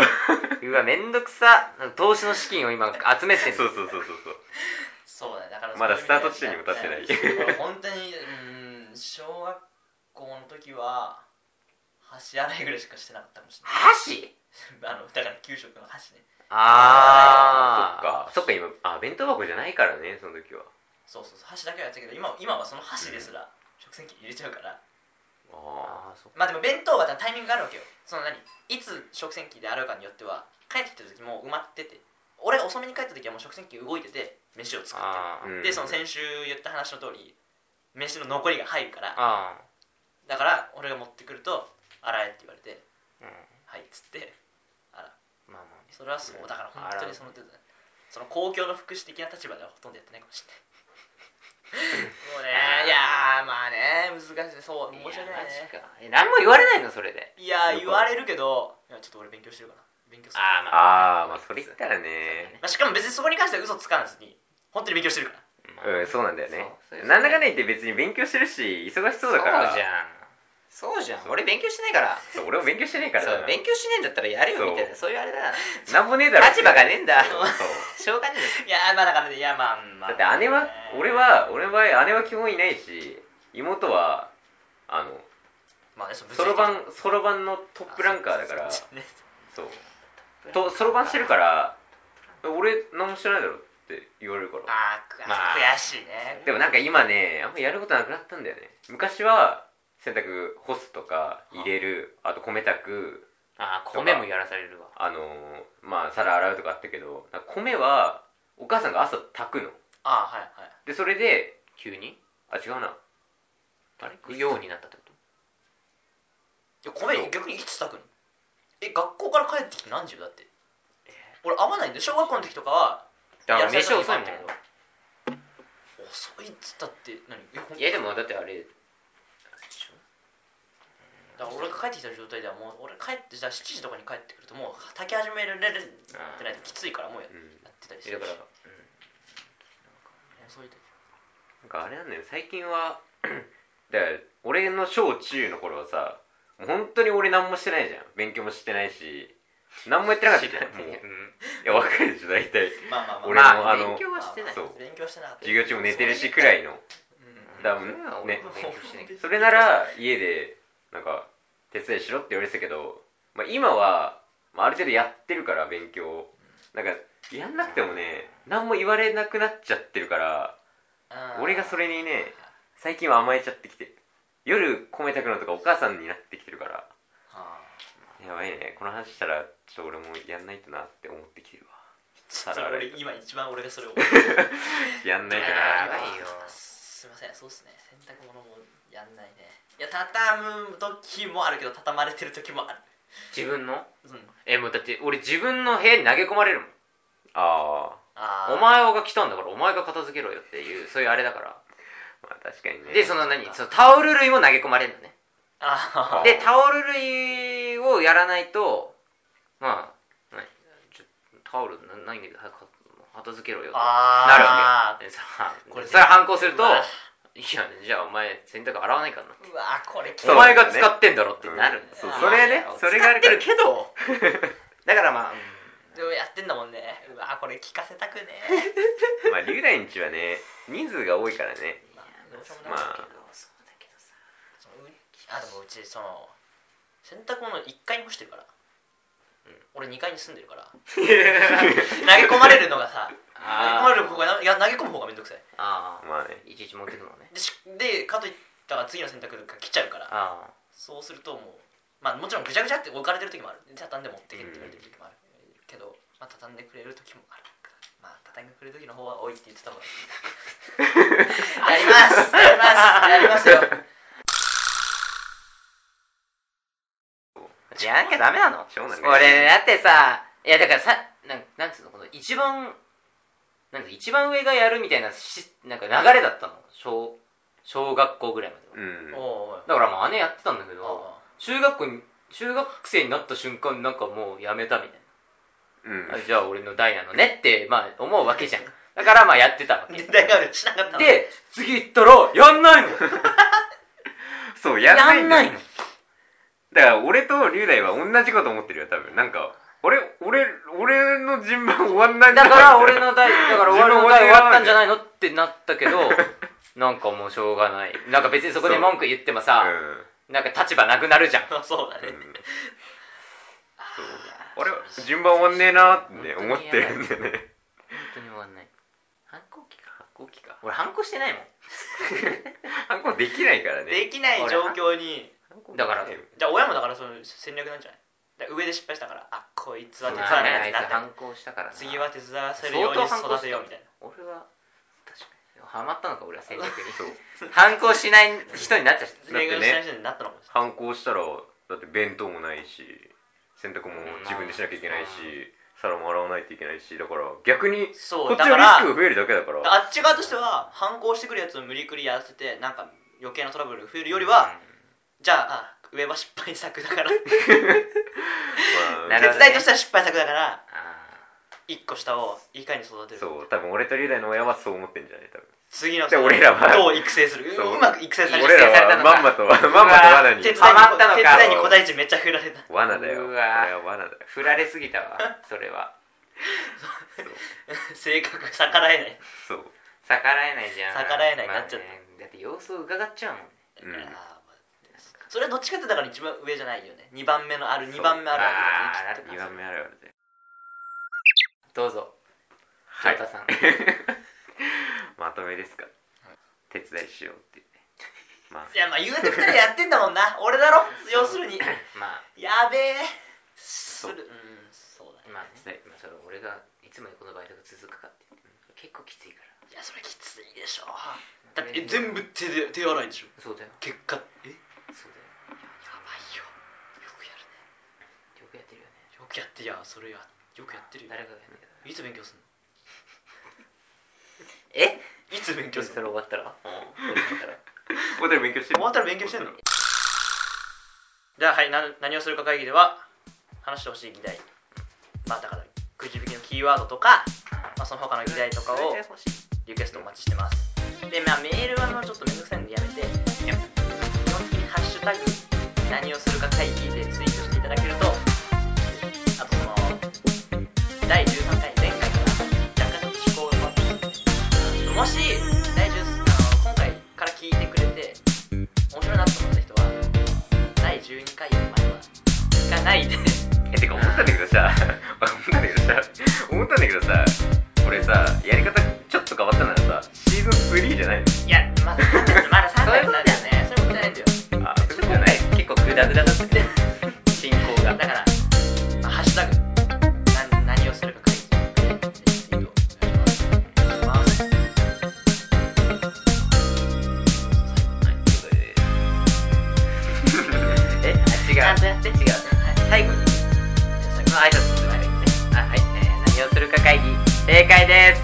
S1: うわ、めんどくさ。投資の資金を今集めてんの
S2: そう そうそうそうそう
S3: そうだねだから
S2: まだ
S3: そういう意味で
S2: スタート地点にも立ってな い
S3: ね本当にうん小学校の時は箸洗いぐらいしかしてなかったかもしれ
S1: 箸
S3: ないあのだから給食の箸ね
S1: ああ。
S2: そっかそっか今あ弁当箱じゃないからねその時は
S3: そうそうそう箸だけはやってたけど今今はその箸ですら食洗機に入れちゃうから
S2: ああ
S1: ああ、そっか。
S3: まあでも弁当はタイミングがあるわけよその何いつ食洗機で洗うかによっては帰ってきた時もう埋まってて俺が遅めに帰った時はもう食洗機動いてて飯を作って
S1: ああ。
S2: うん
S3: でその先週言った話の通り飯の残りが入るから
S1: あ
S3: だから俺が持ってくると洗えって言われて
S1: あ。うん。
S3: はいっつって洗う
S1: まあまあ。
S3: それはそうだから本当にその程度だねその公共の福祉的な立場ではほとんどやってないかもしれないもうねいやーまあね難しいそう申し訳ないね
S1: やマジかえ何も言われないのそれで
S3: いやー言
S2: よく
S3: われるけどいやちょっと俺勉強してるから勉強する
S1: あーま
S2: あーまあそれ言ったらね
S3: まあしかも別にそこに関しては嘘つかずに本当に勉強してるから
S1: ま
S2: うんそうなんだよね
S1: そうそう
S2: なんだかんだ言って別に勉強してるし忙しそうだから
S1: そうじゃんそうじゃん俺勉強してないから
S2: そう俺も勉強してないから
S1: そう
S2: な
S1: 勉強しねえんだったらやるよみたいなそういうあれだな
S2: なんもねえだろ
S1: 立場がねえんだ
S2: そうそう
S1: しょうがね
S3: いやーまあだからねいやまあまあ
S2: だって姉は俺は俺の場合姉は基本いないし妹はあの
S3: まあ ねその物
S2: そ
S3: 理的
S2: ろば
S3: に
S2: んそろばんのトップランカーだから
S3: あそうね
S2: そう
S1: えんだ
S2: とそろばんしてるから俺何もしてないだろって言われるから
S3: あーく
S1: まあ
S3: 悔しいね
S2: でもなんか今ねあんまやることなくなったんだよね昔は洗濯干すとか入れるあと米炊く
S1: あー米もやらされるわ
S2: あのーまあ皿洗うとかあったけどなんか米はお母さんが朝炊くの
S3: あーはいはい
S2: でそれで
S1: 急に
S2: あ違うな
S1: あれ食うようになったってこと
S3: いや米
S2: そう
S3: 逆にいつ炊くのえ学校から帰ってきて何時よだって俺合わないんだよ小学校の時とかは
S1: だか
S3: 野
S1: ら
S3: 菜と
S1: 飯遅い
S3: かに
S1: もん
S3: もあったけど遅いっつったって何いやほん
S1: いやでもだってあれでしょ
S3: だから俺が帰ってきた状態ではもう俺帰ってじゃあ7時とかに帰ってくるともう炊き始められるってないときついからもうや
S2: うん
S3: やってたりす
S1: だ
S3: るし
S1: から、うん、
S3: 遅い時
S2: なんかあれなんだよ最近は だから俺の小中の頃はさもう本当に俺何もしてないじゃん勉強もしてないし何もやってなかったじゃんもういや分かるでしょ大体
S3: まあまあまあ
S2: 俺
S3: ま
S2: もあの
S1: 勉強はしてない
S2: そう
S3: 勉強してなかった
S2: 授業中も寝てるしくらいの
S3: うん
S1: そ
S2: だ
S1: れは
S2: もん
S1: 俺
S2: ね
S1: も勉強してないけど
S2: それなら家でなんか手伝いしろって言われてたけど、まあ、今は、まあ、ある程度やってるから勉強をなんかやんなくてもね何も言われなくなっちゃってるから
S3: あー
S2: 俺がそれにね最近は甘えちゃってきてる夜米炊くのとかお母さんになってきてるから
S3: あ
S2: やばいねこの話したらちょっと俺もやんないとなって思ってきてるわ
S3: ーそれ俺今一番俺がそれを
S2: やんないと
S1: や
S2: な
S1: ばいよ
S3: すいませんそうっすね洗濯物もやんないねいや畳む時もあるけど畳まれてる時もある
S1: 自分の
S3: うん
S1: えもうだって俺自分の部屋に投げ込まれるもん
S2: あ
S3: あー
S1: お前が来たんだからお前が片付けろよっていうそういうあれだから
S2: ーまあ確かにね
S1: でその何そのタオル類も投げ込まれるのね
S3: あー
S1: でタオル類をやらないとまあ何ちょタオルなないんだけど早く片付けろよってなるわ
S3: あ
S1: けでさ
S3: これね
S1: それ反抗すると
S3: う
S1: い
S3: わ
S1: やじゃあお前洗濯洗わないからな
S3: うわーこれきつい
S2: そう
S1: お前が使ってんだろってなるんだよ
S2: そう
S3: あー
S2: それねそれがあるから
S1: 使ってるけど だからまあ
S3: でもやってんだもんねうわーこれ聞かせたくね
S2: まあ龍大んちはね人数が多いからね
S3: まあどうしようも
S2: ま
S3: ない
S2: あ
S1: そうだけどさ
S3: そのうあでもうちその洗濯物1階に干してるから、俺2階に住んでるから投げ込まれるのがさ投げ込ま
S1: あ
S3: れる方がいや投げ込む方がめんどくさい
S1: あ
S2: まあね
S1: いちいち持ってくのね
S3: でしでかといったら次の洗濯が来ちゃうから
S1: ああ
S3: そうするともうまあもちろんぐちゃぐちゃって置かれてる時もある畳んで持ってけって言われてる時もあるけど、まあ、畳んでくれる時もあるからまあ畳んでくれる時の方は多いって言ってたもんやりますやりますやりますよ
S1: じゃなきゃダメなの
S2: そうなんだよ
S1: 俺だってさいやだからさなんなんつうのこの一番なんか一番上がやるみたいなしなんか流れだったの小小学校ぐらいまでは、
S2: うん
S3: おうおい
S1: だからまあ姉やってたんだけ
S3: おう
S1: ど中学校に中学生になった瞬間なんかもうやめたみたい
S2: うん
S1: な、あじゃあ俺の代なのねってまあ思うわけじゃんだからまあやってたわ
S3: おい
S1: け
S3: 年代があるしなかったの
S1: で次行ったらやんないの
S2: そうや
S1: や
S2: んない
S1: んない
S2: んだよ
S1: の
S2: だから俺と龍大は同じこと思ってるよ多分なんか俺俺俺の順番終わんないん
S1: だから俺
S2: の
S1: の代だから俺の代終わったんじゃないのってなったけど なんかもうしょうがないなんか別にそこで文句言っても
S2: う
S1: さ、
S2: ん
S1: なんか立場なくなるじゃん
S3: あそうだね、
S2: うん
S3: そう
S2: あれ順番終わんねえなってね思ってるんでね
S1: 本当に終わんない反抗期か反抗期か俺反抗してないもん
S2: 反抗できないからね
S3: できない状況に
S1: だから
S3: じゃあ親もだからその戦略なんじゃないだから上で失敗したからあこいつは手伝
S1: ま
S3: わ
S1: あね
S3: な
S1: あ
S3: い
S1: い
S3: なっ
S1: つ
S3: て
S1: 反抗したからな
S3: 次は手伝わせるように育てようみたいな
S1: 俺は確かにハマったのか俺は戦略
S2: そう
S1: に 反抗しない人になっちゃ った
S2: だってね
S3: 戦略しない人になったのかもしれない
S2: 反抗したらだって弁当もないし洗濯も自分でしなきゃいけないし皿も洗わないといけないしだから逆に
S3: そ
S2: こ
S3: う
S2: っち
S3: だ
S2: の
S3: か
S2: リス
S3: ら
S2: クが増えるだけだから
S3: あっち側としては反抗してくるやつを無理くりやらせてなんか余計なトラブルが増えるよりは、じゃああ上は失敗作だ から手
S2: ま あ
S1: なるほどね
S3: 伝いとしては失敗作だから
S1: あ
S3: 一個下をいかに育てるか
S2: そう多分俺と龍大の親はそう思ってんじゃない多分
S3: 次の
S2: じゃあ俺らは
S3: どう育成する
S2: そう
S3: うまく育成され
S2: 俺ら
S3: て
S1: された
S2: は
S1: のか
S2: まんまとまんまと罠に
S3: 手伝いに
S1: ハマったのか
S3: 手伝いに小大地めっちゃ振られた
S2: 罠だよ
S1: う
S2: これ
S1: わ
S2: は罠だよ
S1: ー振られすぎたわそれは
S3: 性格が逆らえない
S2: そう
S1: 逆らえないじゃん
S3: 逆らえないなっちゃった
S1: まあねだって様子を伺っちゃうもんね
S2: うん
S3: あーまあそれはどっちかってだから一番上じゃないよね2番目のある
S2: そう
S3: 2番目ある
S1: あー
S3: あるだよねきっ
S2: 2番目あるあるで
S1: どうぞ
S2: は
S1: 翔
S2: い
S1: 太さん、
S2: まとめですか手伝いしようっていうねまあ
S3: といやまあ言うて2人やってんだもんな俺だろ要するに
S1: まあ
S3: やべえするうんそうだね
S1: まあね、まあ、それ俺がいつまでこのバイトが続くかっていう結構きついか
S3: いやそれきついでしょ
S1: ら
S3: だってえ全部手で手洗いでしょ
S1: そうだよ
S3: 結果えや
S1: そうだよ
S3: ばいよよくやるね
S1: よくやってるよね
S3: よくやっていやそれやよくやってるよ
S1: 誰がやってる
S3: いつ勉強すんの
S1: え
S3: いつ勉強す
S1: それ
S3: るの
S1: 終わったら
S2: ホテル勉強してる
S3: 終わったら勉強してんのじゃあはいな何をするか会議では話してほしい議題まあだからくじ引きのキーワードとか、まあ、その他の議題とかを
S2: それで欲しい
S3: リクエストお待ちしてますでまあメールはもうちょっとめんどくさいんでやめてやめて基本的に「ハッシュタグ何をするか会議」でツイートしていただけるとあとその第13回前回から若干の趣向が変わってきてもし第10あの今回から聞いてくれて面白いなと思った人は第12回までは聞かないで
S2: えてか思ったんだけどさ 思ったんだけどさ思ったんだけどさ俺さやり方ちょっと変わったならさシーズン3じゃないの
S3: いやまだ3月まだ3月なんだよねそれもったいないんだよ
S2: あ
S1: ちょっと今回結構グダグダだったね進行
S3: だ
S1: が
S3: から、まあハッシュタグ、な何をするか書いて、ツイートお願いします。
S1: え違う
S3: ちゃんとやって、違う。はい、
S1: 最後
S3: じゃ
S1: に
S3: あ最後
S1: の挨拶する前にねあはい、えー何をするか会議正解です